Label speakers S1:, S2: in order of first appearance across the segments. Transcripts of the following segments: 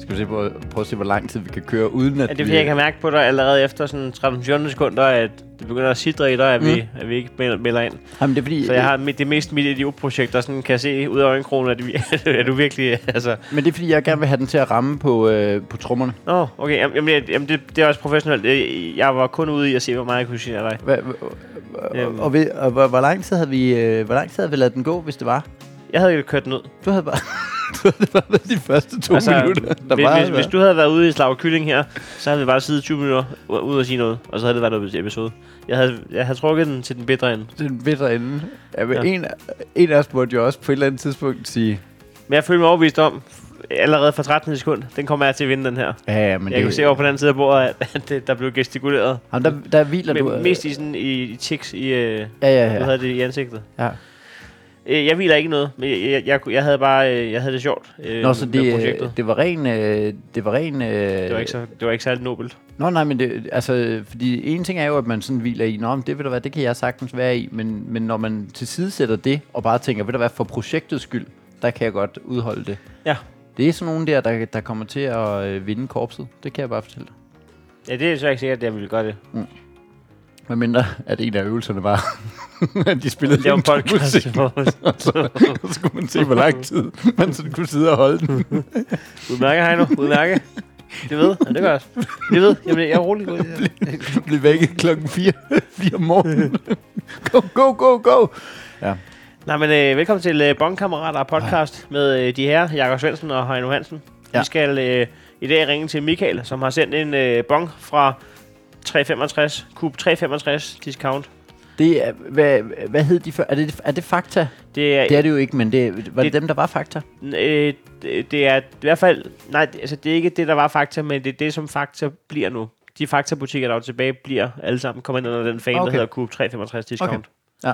S1: Skal vi se, hvor, prøve at se, hvor lang tid vi kan køre, uden at
S2: Ja, det er fordi, jeg kan mærke på dig allerede efter sådan 13-14 sekunder, at det begynder at sidre i dig, at, mm. vi, at vi ikke mel- melder ind.
S1: Jamen, det er fordi,
S2: Så jeg har mit- det mest mit idiotprojekt, der sådan kan jeg se ud af øjenkrogen, at, vi, at du virkelig... Altså,
S1: Men det er fordi, jeg gerne vil have den til at ramme på, øh, på trommerne.
S2: Nå, okay, jamen, jamen, jeg- jamen det, det er også professionelt. Jeg- Jeg var kun ude i at se, hvor meget jeg kunne sige af dig.
S1: Hva, hva,
S2: Øhm.
S1: og, og, ved, og hvor, hvor, lang tid havde vi, øh, hvor lang tid havde vi lavet den gå, hvis det var?
S2: Jeg havde jo kørt den ud.
S1: Du havde bare... du havde bare været de første to altså, minutter. Der
S2: hvis,
S1: var,
S2: hvis, hvis, du havde været ude i Slag Kylling her, så havde vi bare siddet 20 minutter u- ude og sige noget, og så havde det været noget episode. Jeg havde, jeg havde trukket den til den bedre ende.
S1: Den bedre ende. Ja, men
S2: Ja.
S1: ja. En, en af os måtte jo også på et eller andet tidspunkt sige...
S2: Men jeg følte mig overbevist om, allerede fra 13 sekund, den kommer jeg til at vinde den her.
S1: Ja, ja, men
S2: jeg
S1: det,
S2: kunne se over på den anden side af bordet, at- at det, der blev gestikuleret.
S1: Jamen, der, der hviler
S2: Men
S1: du...
S2: du,
S1: øh,
S2: mest i, sådan, i, i tics i, øh,
S1: Ja, ja,
S2: ja.
S1: ja.
S2: havde det i ansigtet.
S1: ja.
S2: Øh, Jeg hviler ikke noget, men jeg, jeg, jeg, kunne- jeg havde bare øh, jeg havde det sjovt øh,
S1: Nå, så
S2: med
S1: det,
S2: projektet.
S1: øh, det var ren... Øh, det var ren... Øh,
S2: det, var ikke så, det var ikke særlig nobelt.
S1: Nå, nej, men det, altså, fordi en ting er jo, at man sådan hviler i, nå, men det ved du hvad, det kan jeg sagtens være i, men, men når man tilsidesætter det, og bare tænker, ved du hvad, for projektets skyld, der kan jeg godt udholde det.
S2: Ja.
S1: Det er sådan nogen der, der, der kommer til at øh, vinde korpset. Det kan jeg bare fortælle dig.
S2: Ja, det er så ikke sikkert, at jeg ville gøre det.
S1: Hvad mindre, at en af øvelserne var, at de spillede
S2: Det var en
S1: en tur
S2: podcast.
S1: musik, og så skulle man se, hvor lang tid man sådan kunne sidde og holde den.
S2: Udmærke, Heino. Udmærke. Det ved. Ja, det gør jeg. Det ved. Jamen, jeg er rolig.
S1: Blev vækket klokken 4, 4 om morgenen. Go, go, go, go!
S2: Nej, men øh, velkommen til øh, Bongkammerater podcast med øh, de her, Jakob Svendsen og Heino Hansen. Ja.
S1: Ja.
S2: Vi skal øh, i dag ringe til Michael, som har sendt en øh, bong fra 365, Cube 365 discount.
S1: Det er, hvad, hvad hed de før? Er det, er det Fakta?
S2: Det er,
S1: Det er det jo ikke, men det, var det,
S2: Det-
S1: det dem, der var Fakta?
S2: øh, det, det er i hvert fald... Nej, det- altså, det er ikke det, der var Fakta, men det er det, som Fakta bliver nu. De Fakta-butikker, der er tilbage, bliver alle sammen kommet ind under den fan, okay. der
S1: Okay.
S2: hedder Cube 365 discount.
S1: Okay. Ja.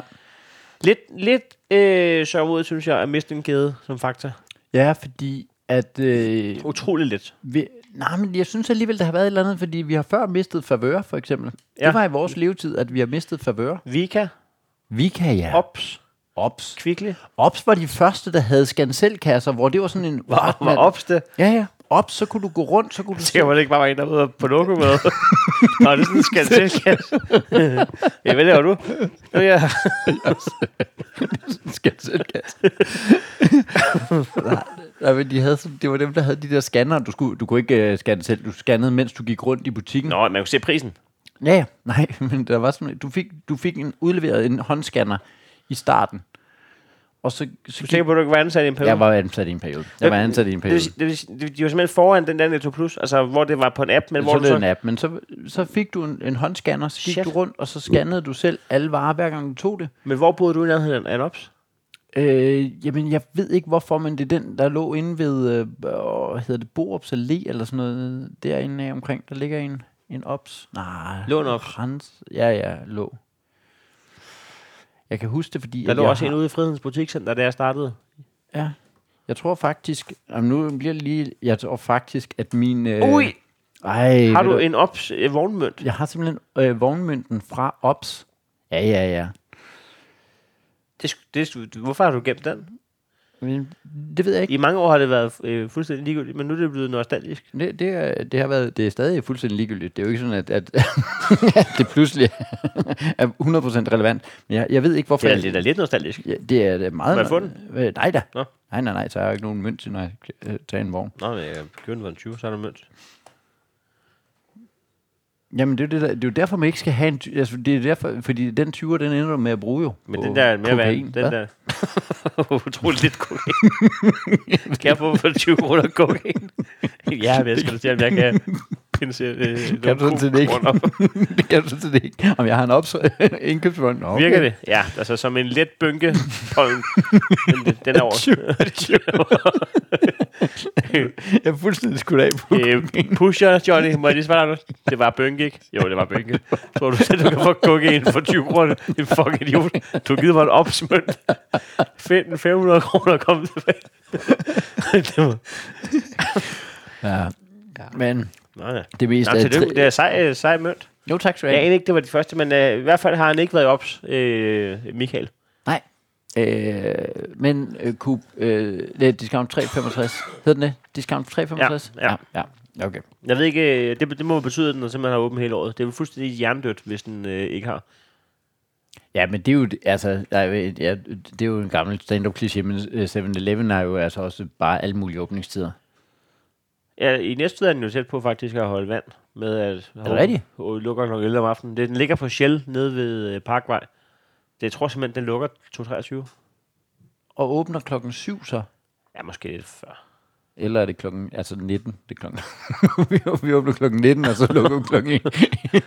S2: Lidt, lidt øh, sørgmodigt, synes jeg, at miste en kæde som Fakta.
S1: Ja, fordi at... Øh,
S2: Utrolig lidt.
S1: vi, nej, men jeg synes alligevel, der har været et eller andet, fordi vi har før mistet favører, for eksempel. Ja.
S2: Ja.
S1: Det var i vores levetid, at vi har mistet favører.
S2: Vika,
S1: Vi kan, ja.
S2: Ops,
S1: Ops.
S2: Kvickly.
S1: Ops var de første, der havde skanselkasser, hvor det var sådan en...
S2: Var, var Ops det?
S1: Ja, ja. Ops, så kunne du gå rundt, så kunne du...
S2: Det var det ikke bare en, der var ude på logo med. Nå, det er sådan en skanselkasse. ja, hvad laver du? Nu er jeg
S1: skanselkasse. Nej, men de havde, sådan- det var dem, der havde de der scanner. Du, skulle, du kunne ikke uh, scanne selv. Du scannede, mens du gik rundt i butikken.
S2: Nå, man kunne se prisen.
S1: Ja, ja. nej, men der var sådan, du fik, du fik en, udleveret en håndscanner i starten. Og så, så Øh,
S2: Du tænker på, at du ikke var ansat i en periode?
S1: jeg var ansat i en periode. Jeg var ansat i en
S2: Det vil,
S1: periode.
S2: sige- det vil, sige- de var simpelthen foran den der Netto Plus, altså hvor det var på en app, men hvor
S1: Så
S2: du
S1: lød en
S2: så...
S1: app, men så, så fik du en, en håndscanner, så gik
S2: Shit.
S1: du rundt, og så scannede du selv alle varer, hver gang du tog det.
S2: Men hvor boede du i nærheden af en Ops?
S1: Øh, jamen, jeg ved ikke hvorfor, men det er den, der lå inde ved, øh, hvad hedder det, Borups Allé, eller sådan noget, derinde af omkring, der ligger en, en ops. Nej.
S2: Lå en Ops?
S1: Rens. Ja, ja, lå. Jeg kan huske det, fordi...
S2: Der
S1: at
S2: lå
S1: jeg
S2: også
S1: har-
S2: en ude i Fridens Butikcenter, da jeg startede.
S1: Ja. Jeg tror faktisk... Jamen, nu bliver det lige... Jeg tror faktisk, at min... Øh,
S2: Ui!
S1: Ej,
S2: Har
S1: ved
S2: du en Ops øh, vognmønt?
S1: Jeg har simpelthen øh, vognmynten fra Ops. Ja, ja, ja.
S2: Det, sk- det, sk- hvorfor har du gemt den?
S1: Men, det ved jeg ikke.
S2: I mange år har det været øh, fuldstændig ligegyldigt, men nu er det blevet nostalgisk.
S1: Det, det, er, det, har været, det er stadig fuldstændig ligegyldigt. Det er jo ikke sådan, at, at, at det pludselig er 100% relevant. Men jeg, jeg ved ikke, hvorfor...
S2: Det er,
S1: jeg-
S2: det er da lidt nostalgisk.
S1: Ja, det er da meget...
S2: Må jeg få den?
S1: Øh, nej da.
S2: Nå.
S1: Nej, nej, nej. Så har jeg jo ikke nogen mønt til, når jeg øh, tager en vogn.
S2: Nå, men øh, jeg købte den 20, så er der mønt.
S1: Jamen, det er jo, det der, det er jo derfor, man ikke skal have en... Ty- altså, det er derfor, fordi den 20'er, den ender du med at bruge jo.
S2: Men
S1: på
S2: den der er mere værd.
S1: kokain.
S2: Den
S1: Hvad?
S2: der. Utroligt lidt kokain. kan jeg få for 20 kroner kokain? ja, men jeg skal du se, om jeg kan pinse. Øh,
S1: kan du sådan set ikke.
S2: kroner.
S1: det kan du sådan set ikke. Om jeg har en ops- indkøbsvogn. Nå, Okay.
S2: Virker det? Ja, altså som en let bynke pollen. Men det- den er over.
S1: Jeg er fuldstændig skudt af på.
S2: Øh, pusher, Johnny. Må jeg lige svare dig? nu? Det var bynke, ikke? Jo, det var bynke. Tror du, at du kan få kokain for 20 kroner? Det er fucking idiot. Du har givet mig en opsmønt. Find den 500 kroner og kom tilbage. det var...
S1: Ja. Men
S2: Nå, ja.
S1: det meste
S2: Nå,
S1: er...
S2: tillykke. Det er sej, øh, sej mønt.
S1: Jo, tak skal du
S2: Jeg
S1: have.
S2: anede ikke, det var de første, men øh, i hvert fald har han ikke været i ops, øh, Michael.
S1: Nej. Øh, men øh, kub, øh, det er discount 365. Hedder den det? Discount 365?
S2: Ja, ja.
S1: ja. ja. Okay.
S2: Jeg ved ikke, øh, det, det må betyde, at den simpelthen har åben hele året. Det er jo fuldstændig hjernedødt, hvis den øh, ikke har.
S1: Ja, men det er jo, altså, der er, jo- ja, det er jo en gammel stand-up kliché, men øh, 7-Eleven har jo altså også bare alle mulige åbningstider.
S2: Ja, i næste er den jo tæt på faktisk at holde vand med at
S1: det rigtigt?
S2: Og lukker kl. 11 om aftenen. Det, den ligger på Shell nede ved øh, Parkvej. Det jeg tror simpelthen, den lukker 2.23.
S1: Og åbner klokken 7 så.
S2: Ja, måske lidt før.
S1: Eller er det klokken, altså 19, det er klokken, vi, vi åbner klokken 19, og så lukker vi klokken,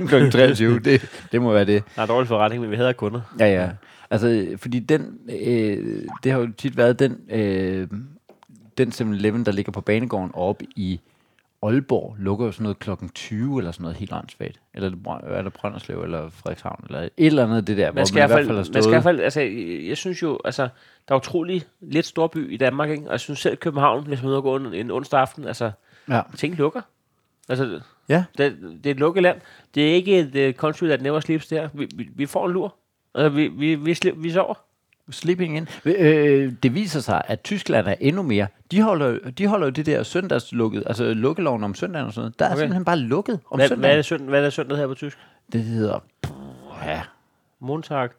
S1: klokken 23, det, det må være det.
S2: Der er dårlig forretning, men vi hader kunder.
S1: Ja, ja. Altså, fordi den, øh, det har jo tit været den, øh, den 7-Eleven, der ligger på banegården oppe i Aalborg, lukker jo sådan noget klokken 20 eller sådan noget helt åndssvagt. Eller er det Brøn- er det Brønderslev eller Frederikshavn eller et eller andet af det der,
S2: Man
S1: hvor
S2: skal,
S1: man i hvert fald
S2: fald,
S1: har
S2: man
S1: stået.
S2: skal i hvert fald, altså, jeg, jeg synes jo, altså, der er utrolig lidt storby i Danmark, ikke? Og jeg synes selv København, hvis man er ude og gå en, en onsdag aften, altså,
S1: Ja.
S2: ting lukker. Altså,
S1: ja.
S2: Det, det er et lukket land. Det er ikke et uh, country that never sleeps der. Vi, vi, vi får en lur. Altså, vi, vi, vi, slip, vi sover.
S1: Sleeping in. Øh, det viser sig, at Tyskland er endnu mere. De holder, de holder jo det der søndagslukket, altså lukkeloven om søndagen og sådan noget. Der er
S2: Okay.
S1: okay. simpelthen bare lukket om
S2: Hvad, hvad, er
S1: søndagen.
S2: det søndag, hvad er det søndag her på tysk?
S1: Det? det hedder... Ja,
S2: Montag.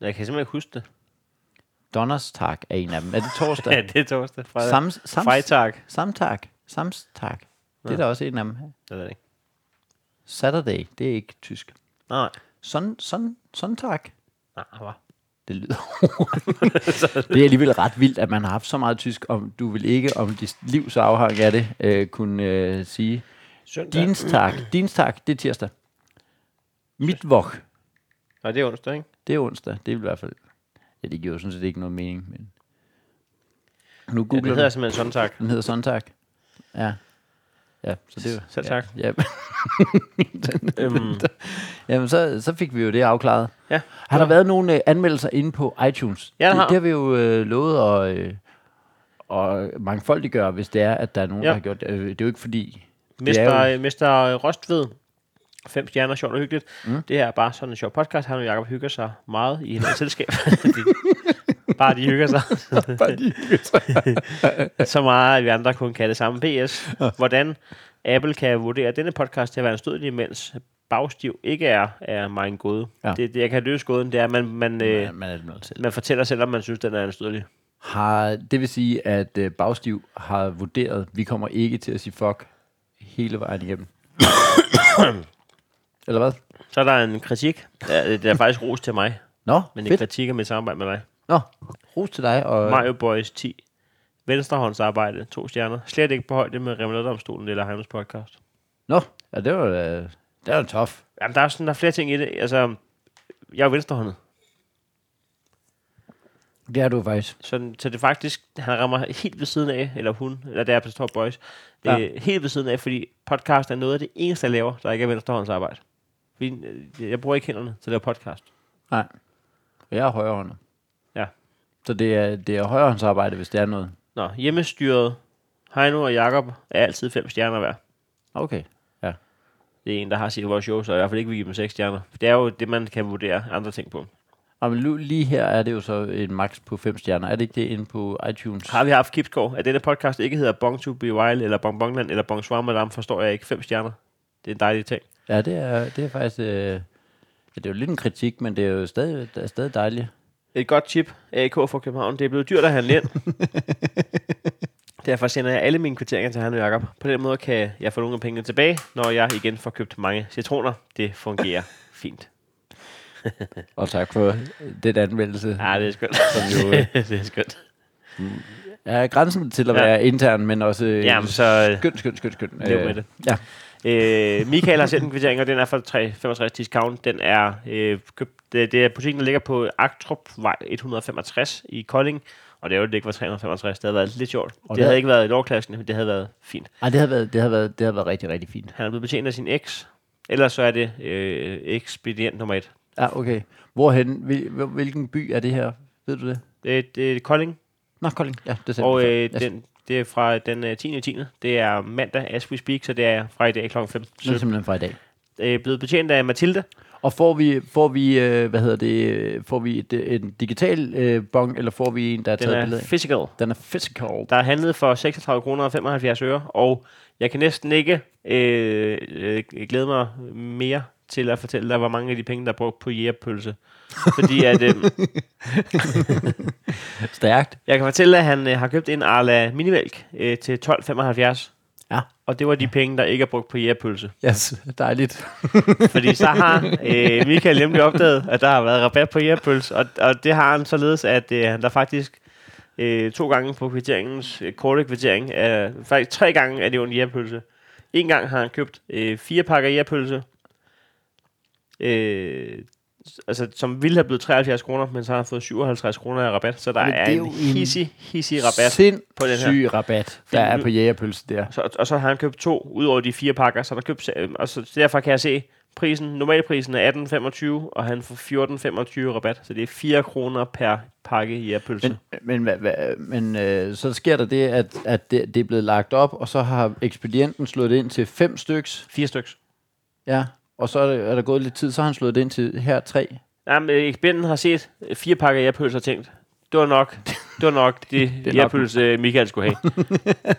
S2: Jeg kan simpelthen ikke huske det.
S1: Donnerstag er en af dem. Er det torsdag?
S2: Ja, det er torsdag. Fredag. Sam-
S1: Sams, sams,
S2: Freitag.
S1: Samtag. Samstag. Det er der også en af dem.
S2: Jeg ved det ikke.
S1: Saturday, det er ikke tysk.
S2: Nej.
S1: Son, son, Sonntag.
S2: Nej, hvad?
S1: Det lyder Det er alligevel ret vildt, at man har haft så meget tysk, om du vil ikke, om dit livs afhang af det, øh, kunne øh, sige.
S2: Søndag. Din...
S1: Dienstag. Dienstag, det er tirsdag. Mittwoch,
S2: Nej, det er onsdag, ikke?
S1: det er onsdag. Det er i hvert fald... Ja, det giver jo sådan set ikke nogen mening, men... Nu
S2: Ja, det
S1: googler ja,
S2: hedder
S1: det
S2: simpelthen søndag.
S1: den. hedder Sonntag. Ja. Ja, så det er jo-
S2: Selv tak.
S1: Ja, ja.
S2: øhm,
S1: Jamen, så, så fik vi jo det afklaret.
S2: Ja.
S1: Har der været nogle øh, anmeldelser inde på iTunes?
S2: Ja, der
S1: det,
S2: har.
S1: det har vi jo øh, lovet at, øh, at mangfoldiggøre, hvis det er, at der er nogen,
S2: Ja.
S1: ja. der har gjort det. Øh, det er jo ikke fordi... det er
S2: Mester, Mester øh, Rostved. Fem stjerner, sjovt og hyggeligt. Mm. Det her er bare sådan en sjov podcast. Han og Jacob hygger sig meget i hendes selskab. De- bare de hygger sig.
S1: jo bare lige...
S2: så meget, at vi andre kun kan det samme. PS. Hvordan Apple kan vurdere denne podcast til at være en stødlig, mens bagstiv ikke er, er mig en gåde. Ja.
S1: Ja.
S2: Det, det, jeg kan løse gåden, det er, at man, man, øh,
S1: Man er det nødt til.
S2: man fortæller selv, om man synes, den er en stødlig.
S1: Har, det vil sige, at øh, Bagstiv har vurderet, at vi kommer ikke til at sige fuck hele vejen igennem. Eller hvad?
S2: Så er der en kritik. Ja, det det er faktisk ros til mig,
S1: Nå,
S2: men
S1: Men
S2: en
S1: fedt.
S2: kritik af mit samarbejde med dig.
S1: Nå, ros til dig. Og,
S2: Mario Boys 10. Venstrehåndsarbejde, to stjerner. Slet ikke på højde med Remladomstolen eller Heims podcast.
S1: Nå, ja, det var, øh, det var tof.
S2: Jamen, der er, sådan, der er flere ting i det. Altså, jeg er venstrehåndet.
S1: Det er du faktisk.
S2: Sådan, så det er faktisk, han rammer helt ved siden af, eller hun, eller det er på Stor Boys, ja.
S1: Ja.
S2: øh, helt ved siden af, fordi podcast er noget af det eneste, jeg laver, der ikke er venstrehåndsarbejde. Fordi, øh, jeg bruger ikke hænderne til at lave podcast.
S1: Nej. Og jeg er højrehåndet.
S2: Ja.
S1: Så det er, det er højrehåndsarbejde, hvis det er noget.
S2: Nå, hjemmestyret, Heino og Jakob er altid fem stjerner hver.
S1: Okay. Ja. Det
S2: Det er en, der har sit vores show, så jeg i hvert fald ikke vil give dem seks stjerner. For det er jo det, man kan vurdere andre ting på.
S1: Og men nu- lige her er det jo så en max på 5 stjerner. Er det ikke det inde på iTunes?
S2: Har vi haft Kipskov, at denne podcast ikke hedder Bong to be wild, eller Bong Bongland, eller Bong Svar Madame, forstår jeg ikke. Fem stjerner. Det er en dejlig ting.
S1: Ja, det er, det er faktisk... Øh, ja, det er jo lidt en kritik, men det er jo stadig, det er stadig dejligt.
S2: Et godt tip, AK for København. Det er blevet dyrt at handle ind. Derfor sender jeg alle mine kvitteringer til Hanne Jakob. På den måde kan jeg få nogle af pengene tilbage, når jeg igen får købt mange citroner. Det fungerer fint.
S1: Og tak for den anmeldelse.
S2: Ja, Ah, det er skønt.
S1: Som jo, øh,
S2: det er skønt.
S1: Ja, grænsen til at
S2: Ja.
S1: være intern, men også øh,
S2: Jamen, så øh,
S1: skøn, skøn, skøn, skøn.
S2: Lev med det.
S1: Ja.
S2: Øh, Michael har sendt en kvittering, og den er fra 365 discount. Den er øh, købt, det, det er butikken, der ligger på Aktrupvej 165 i Kolding. Og det er jo, det ikke var 365. Det havde været lidt sjovt.
S1: Og det-
S2: Og det havde ikke været i lovklassen, men det havde været fint.
S1: Ej, det har været, det har været, det har været rigtig, rigtig fint.
S2: Han er blevet betjent af sin eks. Ellers så er det øh, ekspedient nummer et.
S1: Ja, okay. Hvorhen, hvil, hvil- hvilken by er det her? Ved du det?
S2: Det, det er Kolding,
S1: Nå, Kolding. Ja, det sagde
S2: og
S1: du før.
S2: øh,
S1: Jeg-
S2: den, det er fra den øh, 10. 10. Det er mandag, as we speak, så det er fra i dag kl. 5.
S1: Det er simpelthen fra i dag.
S2: Øh, blevet betjent af Mathilde.
S1: Og får vi, får vi øh, hvad hedder det, øh, får vi et, øh, en digital øh, bong, eller får vi en, der er
S2: Den
S1: taget
S2: er
S1: billede? af?
S2: physical.
S1: Den er physical.
S2: Der er handlet for 36 kroner og 75 øre, og jeg kan næsten ikke øh, øh, glæde mig mere til at fortælle dig, hvor mange af de penge, der er brugt på jægerpølse. Fordi at, øh,
S1: Stærkt.
S2: jeg kan fortælle, at han øh, har købt en Arla Minimælk øh, til 12,75.
S1: Ja.
S2: Og det var de penge, der ikke er brugt på jægerpølse.
S1: Yes, dejligt.
S2: Fordi så har øh, Michael nemlig opdaget, at der har været rabat på jægerpølse, og, og det har han således, at øh, han der faktisk øh, to gange på kvitteringens øh, korte kvittering, øh, faktisk tre gange er det jo en jægerpølse. En gang har han købt øh, fire pakker jægerpølse, øh, s- altså, som ville have blevet 73 kroner, men så har han fået 57 kroner i rabat, så der
S1: Men det
S2: er,
S1: er jo
S2: en
S1: en
S2: hissig, hissig rabat. på den her.
S1: Sindssyg rabat, der er på jægerpølse der.
S2: Så, og så har han købt to ud over de fire pakker, så der købt, øh, og så derfor kan jeg se, prisen, normalprisen er 18,25, og han får 14,25 rabat, så det er 4 kroner per pakke i pølse.
S1: Men, men, hvad, hvad, men øh, så sker der det, at, at det, det er blevet lagt op, og så har ekspedienten slået det ind til fem styks,
S2: Fire stykker.
S1: ja, og så er, det, er der gået lidt tid, så har han slået det ind til her tre.
S2: Nej, men ekspedienten har set øh, fire pakker i pølse og tænkt, det var nok, det var nok det,
S1: er
S2: det
S1: nok.
S2: jægerpølse, øh, Michael skulle have.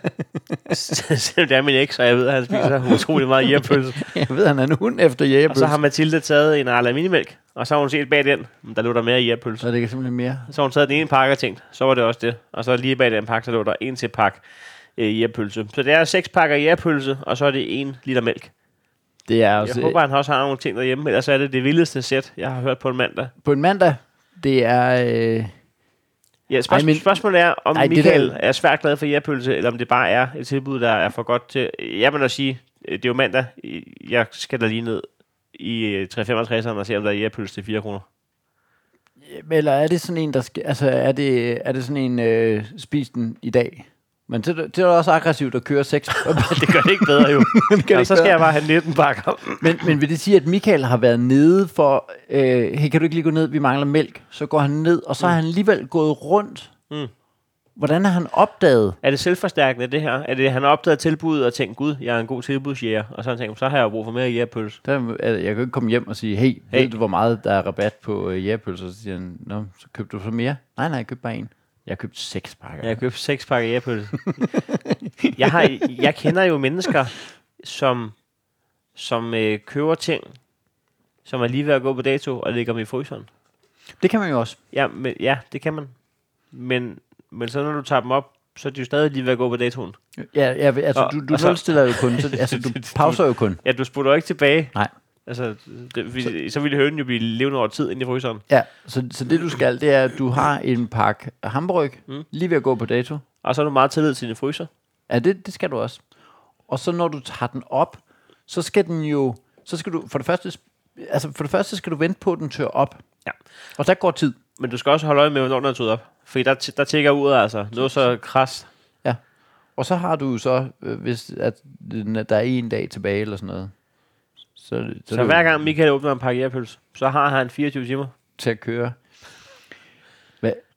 S2: S- Selvom det er min eks, og jeg ved, at han spiser utrolig meget jægerpølse.
S1: Jeg ved, han er en hund efter
S2: Og
S1: jægerpølse.
S2: så har Mathilde taget en Arla Minimælk, og så har hun set bag den, "Mm, der lå der mere jægerpølse.
S1: så det kan simpelthen mere.
S2: Så hun taget den ene pakke og tænkt, så var det også det. Og så lige bag den pakke, så lå der en til pakke øh, jærpølse. Så det er seks pakker jærpølse, og så er det en liter mælk.
S1: Det er
S2: Jeg
S1: altså,
S2: håber, han også har nogle ting derhjemme, ellers er det det vildeste sæt, jeg har hørt på en mandag.
S1: øh, på en mandag, det er... Øh,
S2: Ja, spørg-
S1: Ej, men-
S2: spørgsmålet er, om
S1: Ej,
S2: Ej,
S1: det
S2: Michael
S1: der-
S2: er svært glad for jærpølse, eller om det bare er et tilbud, der er for godt til... Jeg vil nok sige, øh, det er jo mandag, jeg skal da lige ned i 365'eren og se, om der er jærpølse til 4 kroner.
S1: eller er det sådan en, der skal... Altså, er det, er det sådan en, øh, spis den i dag? Men det, det er også aggressivt at køre seks.
S2: Det gør det ikke bedre jo.
S1: det
S2: Nå,
S1: ikke
S2: så skal
S1: bedre.
S2: jeg bare have 19 pakker.
S1: men, men vil det sige, at Michael har været nede for... Øh, hey, kan du ikke lige gå ned? Vi mangler mælk. Så går han ned, og så har han alligevel gået rundt.
S2: Mm.
S1: Hvordan har han opdaget?
S2: Er det selvforstærkende, det her? Er det, han har opdaget tilbuddet og tænkt, gud, jeg er en god tilbudsjæger, og så har han tænkt, så har jeg jo brug for mere jægerpølse.
S1: Der, altså, jeg kan jo ikke komme hjem og sige, hey, hey. ved
S2: Hey.
S1: du, hvor meget der er rabat på øh, jægerpølser? Så siger han, Nå, så købte du så mere? Nej, nej, jeg købte bare en. Jeg købte seks pakker.
S2: Jeg har købt seks pakker jægerpølse. jeg, har, jeg kender jo mennesker, som, som øh, køber ting, som er lige ved at gå på dato og lægger dem i fryseren.
S1: Det kan man jo også.
S2: Ja, men, ja det kan man. Men, men så når du tager dem op, så er de jo stadig lige ved at gå på datoen.
S1: Ja, ja altså,
S2: Og-
S1: du, du
S2: og så-
S1: nulstiller jo kun, så, altså, du pauser jo kun.
S2: Ja, du sputter jo ikke tilbage.
S1: Nej.
S2: Altså, det, så, så ville hønen jo blive levende over tid inde i fryseren.
S1: Ja, så, så det du skal, det er, at du har en pakke hamburg, mm.
S2: Mm.
S1: lige ved at gå på dato.
S2: Og så er du meget tillid til din fryser.
S1: Ja, det, det skal du også. Og så når du tager den op, så skal den jo, så skal du for det første, sp- altså for det første skal du vente på, at den tør op.
S2: Ja.
S1: Og der går tid.
S2: Men du skal også holde øje med, hvornår den er tøet op. Fordi der, t- der tækker uret altså. Nu er så krast.
S1: Og så har du jo så, øh, hvis at, den er- der er en dag tilbage eller sådan noget, så, er det- så,
S2: Så
S1: er det
S2: hver
S1: jo
S2: gang Michael åbner en pakke jægerpølse, så har han 24 timer.
S1: til at køre.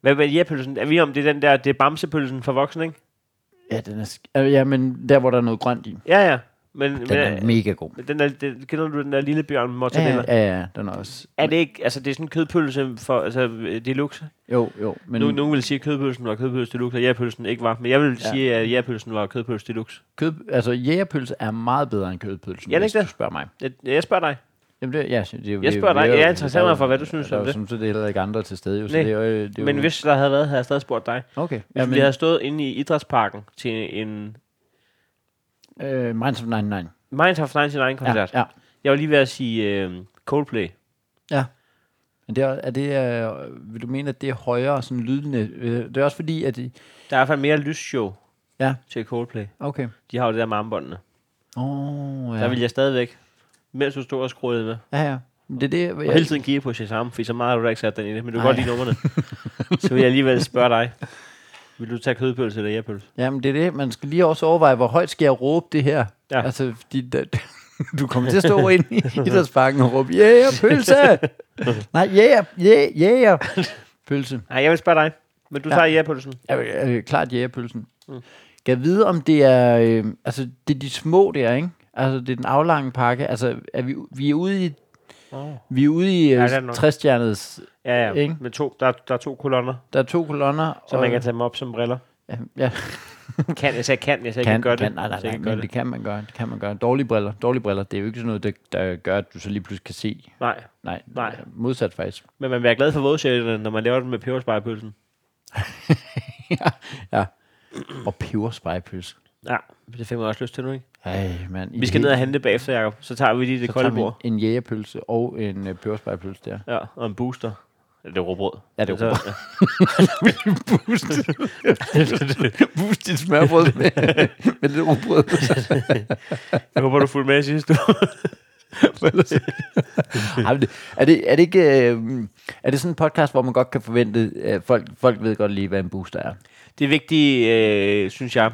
S2: Hvad med jægerpølsen? Er vi om det er den der, det er bamsepølsen for voksne, ikke?
S1: Ja, den er, sk- ja, men der, hvor der er noget grønt i,
S2: Ja, ja. Men, men
S1: den er mega god.
S2: den der, den, kender du den der lille bjørn
S1: Ja,
S2: mortadella?
S1: ja, ja, ja, den er også.
S2: Er det ikke, altså det er sådan en kødpølse for, altså øh, deluxe.
S1: Jo, jo. Men
S2: Men, nogen, nogen vil sige, at kødpølsen var kødpølse deluxe, og jægerpølsen ikke var. Men jeg vil
S1: Ja.
S2: ja. sige, at jægerpølsen var kødpølse deluxe.
S1: Kød, altså jægerpølse er meget bedre end kødpølse,
S2: Ja, det er
S1: hvis
S2: ikke
S1: du
S2: det.
S1: spørger mig.
S2: Jeg, jeg spørger dig.
S1: Jamen, det, ja, det,
S2: Jeg spørger dig. Jeg interesserer mig for, hvad du synes om det.
S1: Som så er det heller ikke andre til stede, jo, så
S2: Nej.
S1: det er, jo- det er
S2: Men
S1: jo,
S2: hvis der havde været, havde jeg stadig spurgt dig.
S1: Okay,
S2: Hvis
S1: ja,
S2: vi
S1: men,
S2: havde stået inde i idrætsparken til en
S1: øh, Minds of 99.
S2: Minecraft 99-koncert.
S1: Ja, ja.
S2: Jeg var lige ved at sige øh, Coldplay.
S1: Men det er, er det, øh, vil du mene, at det er højere sådan lydende? Øh, Det er også fordi, at... de-
S2: Der er i hvert fald mere lysshow
S1: Ja.
S2: til Coldplay.
S1: Okay.
S2: De har jo det der med armbåndene.
S1: Nå, Åh,
S2: Ja.
S1: ja.
S2: Der ville jeg stadigvæk, mens du stod og skruede med,
S1: Ja, ja. Men Det er det, jeg,
S2: og hele tiden kigge på Shazam, fordi så meget har du da ikke sat den i det, men du kan godt
S1: Nej.
S2: lide nummerne. så vil jeg alligevel spørge dig, vil du tage kødpølse eller jægerpølse?
S1: Jamen, det er det. Man skal lige også overveje, hvor højt skal jeg råbe det her?
S2: Ja.
S1: Altså, fordi da, du kommer til at stå ind i idrætsparken og råbe, ja, yeah, pølse! Nej, ja, ja, ja, pølse.
S2: Nej, jeg vil spørge dig, men du
S1: Ja.
S2: ja. tager jægerpølsen.
S1: Ja, øh, klart jægerpølsen. Mm. Kan vide, om det er, øh, altså, det er de små der, ikke? Altså, det er den aflange pakke. Altså, er vi, vi er ude i,
S2: Oh.
S1: vi er ude i øh,
S2: Ja,
S1: ja,
S2: det er nok.
S1: 60
S2: Ja, ja,
S1: Ikke?
S2: men to, der, der er to kolonner,
S1: Der er to kolonner.
S2: så man kan tage dem op som briller.
S1: Ja, ja.
S2: Kan, jeg sagde kan, jeg sagde
S1: kan,
S2: kan, gøre
S1: kan,
S2: det.
S1: Nej, nej,
S2: Jeg sagde,
S1: nej,
S2: ikke gør
S1: men det.
S2: det.
S1: kan man gøre. Det kan man gøre. Dårlige briller. Dårlige briller, det er jo ikke sådan noget, der, der gør, at du så lige pludselig kan se.
S2: Nej,
S1: Nej, øh,
S2: Nej.
S1: modsat faktisk.
S2: men man vil være glad for vådsjælerne, når man laver den med peberspejepølsen.
S1: ja. Og peberspejpølse.
S2: Ja, det fik man også lyst til nu, ikke?
S1: Ej, mand. i
S2: Vi skal
S1: det
S2: ned
S1: hele-
S2: og handle bagefter, Jacob. Så tager vi lige det
S1: så
S2: kolde
S1: tager vi
S2: bord.
S1: En jægerpølse og en øh, peberspejpølse der.
S2: Ja, og en booster. Eller det er råbrød.
S1: Ja, det er
S2: Så-
S1: Boost. Boost dit smørbrød med, med lidt rugbrød.
S2: Jeg håber, du fulgte med i sidste uge.
S1: Ej, men det- er, det, er, det ikke, øh, er det sådan en podcast, hvor man godt kan forvente, øh, folk, folk ved godt lige, hvad en booster er?
S2: Det vigtige, øh, synes jeg,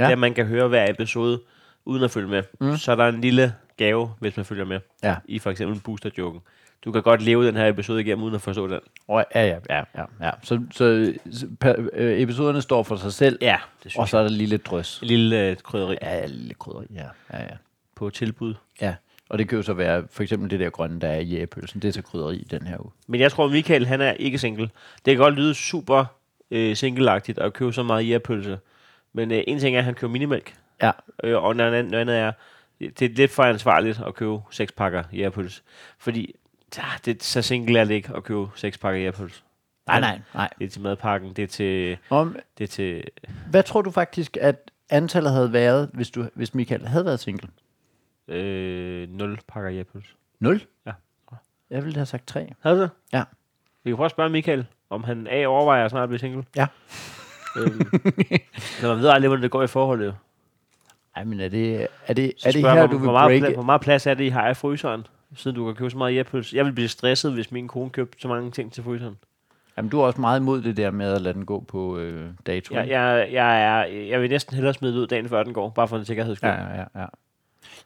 S1: Ja.
S2: ja. det er, at man kan høre hver episode, uden at følge med. Mm. Så er der en lille gave, hvis man følger med.
S1: Ja.
S2: I for eksempel boosterjoken. Du kan godt leve den her episode igennem, uden at forstå den.
S1: Oh, ja, ja, ja, ja, ja. Så, så, så per, øh, episoderne står for sig selv,
S2: Ja, det synes
S1: og
S2: jeg.
S1: så er der lige lidt drøs.
S2: En lille øh, krydderi ja.
S1: Ja, lidt krydderi. Ja, ja, ja.
S2: på tilbud.
S1: ja. Og det kan jo så være, for eksempel det der grønne, der er i jægerpølsen, det er så krydderi i den her uge.
S2: Men jeg tror, Michael, han er ikke single. Det kan godt lyde super øh, singleagtigt at købe så meget jægerpølse. Men øh, en ting er, at han køber minimælk.
S1: Ja,
S2: Øh, og noget andet, noget andet er, det er lidt for ansvarligt at købe seks pakker jægerpølse. Fordi ah, det, så single er det ikke at købe seks pakker jægerpølse.
S1: nej, nej, nej.
S2: Det er til madpakken, det er til...
S1: Om,
S2: Det er til
S1: hvad tror du faktisk, at antallet havde været, hvis, du, hvis Michael havde været single?
S2: øh, 0 pakker jægerpølse.
S1: Nul?
S2: Ja.
S1: Jeg ville have sagt tre.
S2: Havde du?
S1: Ja.
S2: Vi kan prøve at spørge Michael, om han A overvejer snart at blive single.
S1: Ja.
S2: øhm, men man ved aldrig, hvordan det går i forholdet. jo.
S1: Ej, men er det, er det,
S2: Så
S1: er det
S2: spørger
S1: her,
S2: man,
S1: du vil
S2: hvor, meget pla-
S1: break?
S2: hvor meget plads er det, I har i fryseren? Siden du kan købe så meget jægerpølse. Jeg ville blive stresset, hvis min kone købte så mange ting til fryseren.
S1: Jamen, du er også meget imod det der med at lade den gå på øh, dato.
S2: Jeg,
S1: ikke?
S2: jeg, jeg, er, jeg vil næsten hellere smide det ud dagen før den går, bare for en sikkerheds skyld.
S1: ja, ja, ja.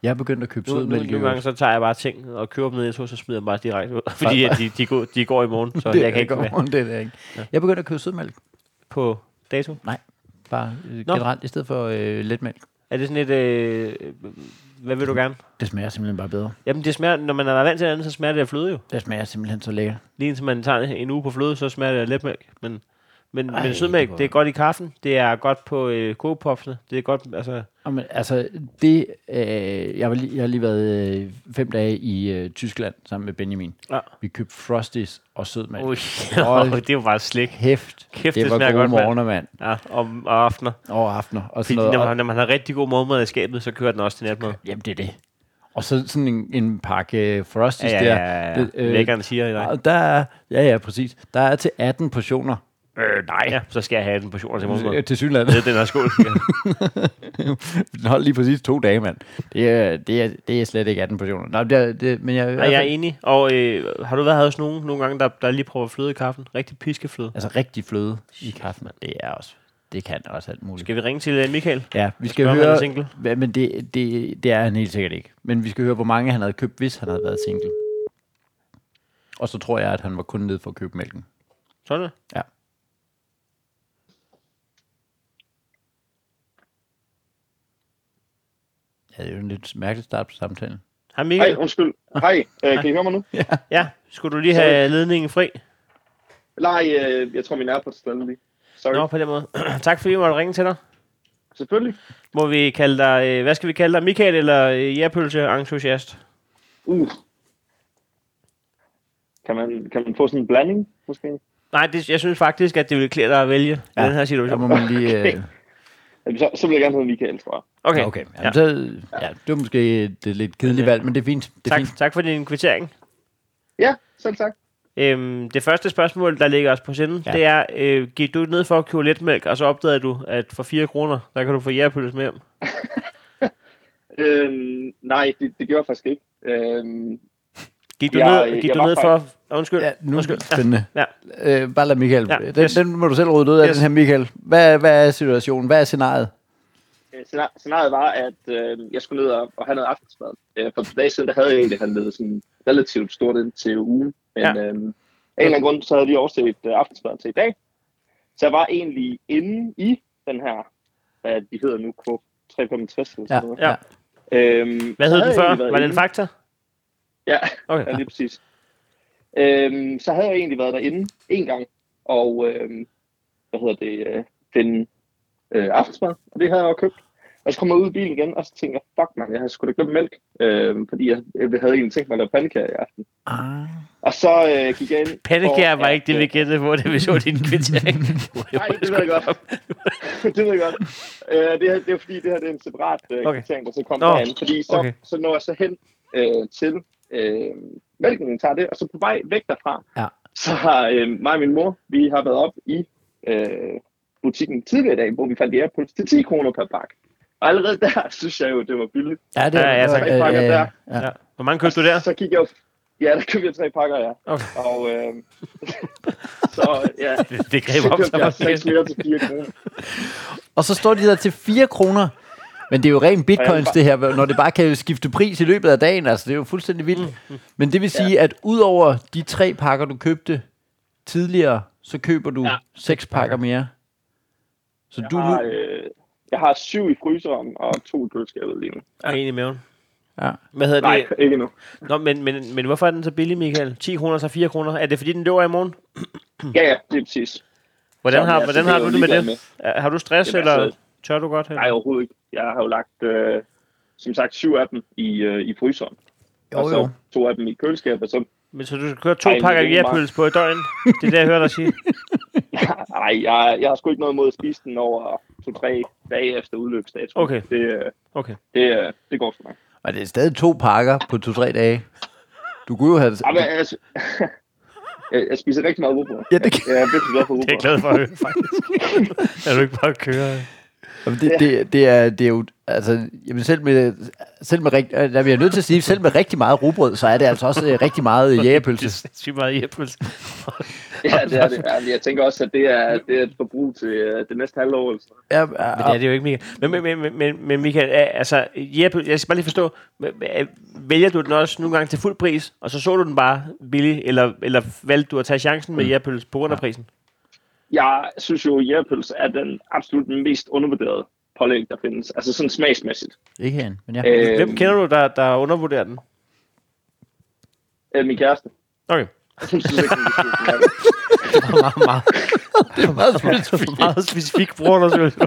S1: Jeg er begyndt at købe
S2: Nu, nu,
S1: sødmælk. i
S2: nogle
S1: øvrigt.
S2: gange så tager jeg bare ting og køber dem ned i to, så smider jeg dem bare direkte ud, fordi at de, de, går, de går i morgen, så
S1: det
S2: jeg kan ikke være
S1: være. Det er det ikke. Ja. Jeg begyndte at købe sødmælk,
S2: på dato.
S1: bare øh,
S2: Nå.
S1: generelt, i stedet for øh, letmælk.
S2: Er det sådan et, øh, øh, hvad vil du gerne?
S1: Det smager simpelthen bare bedre.
S2: Jamen det smager, når man er vant til andet, så smager det af fløde jo.
S1: Det smager simpelthen så lækkert.
S2: Lige indtil man tager en uge på fløde, så smager det af letmælk. Men, men,
S1: Ej,
S2: men sødmælk,
S1: hvor-
S2: det er godt i kaffen, det er godt på øh, kogepopsene, det er godt, altså,
S1: Jamen, altså, det, øh, jeg, var lige, jeg har lige været øh, fem dage i øh, Tyskland sammen med Benjamin.
S2: ja.
S1: Vi købte Frosties og sødmælk.
S2: Ui,
S1: Ui.
S2: det er jo bare slik.
S1: Hæft.
S2: Kæft,
S1: det,
S2: det
S1: var
S2: smager
S1: gode
S2: godt, mand.
S1: morgener, mand.
S2: Ja, om, og aftener.
S1: Og aftener. Og sådan
S2: Fordi når
S1: noget. Og,
S2: man, når man har rigtig god morgenmad i skabet, så kører den også til natmad.
S1: jamen, det er det. Og så sådan en, en pakke øh, Frosties
S2: Ja, ja,
S1: der.
S2: ja, ja.
S1: Det, øh,
S2: Lækkeren siger i dag.
S1: og der er, ja, ja, præcis. Der er til 18 portioner.
S2: Øh, nej. Ja, så skal jeg have den på jorden til morgenmad.
S1: Øh, Til synlandet.
S2: Ned i den her skål.
S1: Den holdt lige præcis to dage, mand. Det er, det er, det er slet ikke 18 portioner. Nå, det, er- det, men jeg, Altså,
S2: Nej, jeg er enig. Og øh, har du været hos nogen nogle gange, der, der lige prøver fløde i kaffen? Rigtig piskefløde.
S1: altså rigtig fløde i kaffen. Det er også, det kan også alt muligt.
S2: Skal vi ringe til øh, Michael?
S1: Ja, vi skal
S2: spørge, om han er
S1: høre...
S2: single?
S1: Hva- Men det, det, det er han helt sikkert ikke. Men vi skal høre, hvor mange han havde købt, hvis han havde været single. Og så tror jeg, at han var kun nede for at købe mælken.
S2: Tror du det?
S1: Ja. Ja, det er jo en lidt mærkelig start på samtalen.
S2: Hej
S3: Hej,
S2: Michael.
S3: undskyld. Hej, øh, kan I høre mig nu?
S2: Ja, skulle du lige have ledningen fri?
S3: Nej, øh, jeg tror, min Airpods er lige. Sorry.
S2: Nå, på den måde. tak fordi vi måtte ringe til dig.
S3: Selvfølgelig.
S2: Må vi kalde dig, øh, hvad skal vi kalde dig, Michael eller øh, jærpølse entusiast?
S3: Uh. Kan man, kan man få sådan en blanding, måske?
S2: Nej, det, jeg synes faktisk, at det ville klæde dig at vælge ja. i den her
S1: Der
S2: situation.
S1: må man lige...
S3: Okay.
S1: øh,
S3: Jamen, Så, så vil jeg gerne hedde Michael, tror jeg.
S2: Okay, øh,
S1: Okay, okay. Jamen, ja. Så, ja, det var måske det lidt kedelige valg, men det er fint. Det er
S2: tak,
S1: fint.
S2: tak for din kvittering.
S3: Ja, selv tak.
S2: Øhm, det første spørgsmål, der ligger os på senden,
S1: Ja.
S2: ja. det er, øh, gik du ned for at købe letmælk, og så opdagede du, at for 4 kroner, der kan du få jærpølse med hjem?
S3: Øhm, nej, det, det gjorde jeg faktisk ikke. Øhm,
S2: Gik du
S3: Jeg-
S2: ned, gik
S3: jeg
S2: du
S3: var
S2: ned for... Undskyld.
S1: Ja, nu er det spændende.
S2: Ja.
S1: Øh, bare lad Michael.
S2: Ja,
S1: Ja, den,
S2: yes.
S1: yes. den må du selv rydde ud af,
S2: Yes.
S1: yes. den her Michael. Hvad, hvad er situationen? Hvad er scenariet?
S3: Øh, scenar- Scenariet var, at øh, jeg skulle ned og, og have noget aftensmad. Øh, for på dage siden, der havde jeg egentlig handlet sådan relativt stort ind til ugen. Men
S2: Ja.
S3: ja. øh, af en eller anden grund, så havde vi overset øh, aftensmad til i dag. Så jeg var egentlig inde i den her, hvad de hedder nu, K365 eller sådan
S1: Ja,
S3: noget.
S2: Ja.
S1: ja.
S3: Øhm,
S2: Hvad
S3: så
S2: hed den
S3: havde jeg egentlig
S2: før?
S3: været
S2: Var det en
S3: inde-
S2: faktor?
S3: Ja,
S2: Okay.
S3: ja, lige præcis. Øhm, så havde jeg egentlig været derinde en gang, og øhm, hvad hedder det, øh, finde øh, aftensmad, og det havde jeg jo købt. Og så kommer jeg ud i bilen igen, og så tænker jeg, fuck mand, jeg havde sgu da købt mælk, øhm, fordi jeg, jeg havde egentlig tænkt mig at lave pandekager i aften.
S1: Ah.
S3: Og så øh, gik jeg ind...
S2: Pandekager
S3: for
S2: var
S3: at,
S2: ikke det, vi
S3: øh,
S2: gættede på, det vi så din kvittering.
S3: Nej, det ved jeg godt. det ved jeg godt. Øh, det, her, det er fordi, det her det er en separat øh,
S2: Okay.
S3: okay. ting, der så kom
S2: Nå,
S3: Nå. derhen. Fordi så,
S2: okay.
S3: okay. så når jeg så hen øh, til øh, mælken, tager det, og så på vej væk derfra,
S1: Ja.
S3: så har øh, mig og min mor, vi har været op i øh, butikken tidligere i dag, hvor vi fandt de Airpods til 10 kroner per pakke. Og allerede der, synes jeg jo, det var billigt.
S1: Ja, det
S2: Ja, ja, tak.
S1: det var-
S3: Tre pakker der.
S1: ja.
S2: Ja. Hvor mange købte du der?
S3: Så gik jeg jo... Ja, der købte jeg tre pakker, ja.
S2: Okay.
S3: Og øh, så, ja,
S2: Det, det greb
S3: så
S2: op
S3: købte jeg
S2: så
S3: 6 mere til 4 kroner.
S1: Og så står de der til 4 kroner. Men det er jo ren bitcoins, det her, når det bare kan skifte pris i løbet af dagen. Altså, det er jo fuldstændig vildt. Men det vil sige, at udover de tre pakker, du købte tidligere, så køber du
S3: Ja.
S1: seks pakker mere. Så du
S3: Jeg
S1: nu...
S3: har, øh, jeg har syv i fryseren og to i køleskabet lige nu.
S2: Og en i maven.
S1: Ja.
S2: Hvad hedder
S3: Nej,
S2: det?
S3: ikke nu.
S2: Nå, men, men, men hvorfor er den så billig, Michael? 10 kroner, så 4 kroner. Er det fordi, den løber i morgen?
S3: Ja, ja, det er præcis.
S2: Hmm. Hvordan
S3: Jamen,
S2: har,
S3: altså,
S2: hvordan
S3: det er
S2: har
S3: jeg
S2: du
S3: jo
S2: det med det?
S3: ligeglad
S2: Er- Har du stress,
S3: Jamen,
S2: eller
S3: altså-
S2: tør du godt? Eller?
S3: Nej, overhovedet ikke. Jeg har jo lagt, øh, som sagt, syv af dem i, øh, i fryseren.
S1: Jo,
S3: og så
S1: jo.
S3: to af dem i køleskabet. Så,
S2: Men så du skal køre to
S3: Ej, men
S2: pakker
S3: det er
S2: jærpøls på i døgn? Det er det, jeg hører dig sige.
S3: nej, jeg, jeg har sgu ikke noget imod at spise den over to-tre dage efter udløbsdato.
S2: Okay.
S3: Det, øh,
S2: Okay.
S3: det, øh, det går for mig.
S1: Og det er stadig to pakker på to-tre dage. Du kunne jo have...
S3: Ej, men, altså, jeg, jeg spiser rigtig meget rugbrød.
S1: Ja, det kan...
S3: Jeg er virkelig glad for
S2: Det er jeg glad
S3: rugbrød.
S2: for at høre, faktisk. er du ikke bare kører?
S1: Jamen, Det, det, det, er, det er jo, altså, jamen selv med, selv med, rigt- øh, der bliver jeg nødt til at sige, selv med rigtig meget rugbrød, så er det altså også øh, rigtig meget
S2: Det
S1: jægerpølse.
S2: er sygt meget jærpøls.
S3: Ja, det er det. Ja, men jeg tænker også, at det er, det er et forbrug til øh, det næste halve år. Eller sådan. noget.
S1: Ja,
S2: Men det er det jo ikke, Michael. Men, men, men, men, men, men Michael, er- altså, jærpøls, jeg skal bare lige forstå, er- vælger du den også nogle gange til fuld pris, og så så du den bare billig, eller, eller valgte du at tage chancen med jærpøls på grund af prisen?
S3: Jeg synes jo, at jægerpøls er den absolut mest undervurderede pålæg, der findes. Altså sådan smagsmæssigt.
S1: ikke herinde, men ja.
S3: Øh,
S2: Hvem kender du, der, der undervurderer den?
S3: Øh, min kæreste.
S2: Okay.
S3: Hun synes ikke, hun kan spise den her.
S2: Meget, meget,
S1: det er meget specifikt.
S2: meget, meget specifik brugerundersøgelse.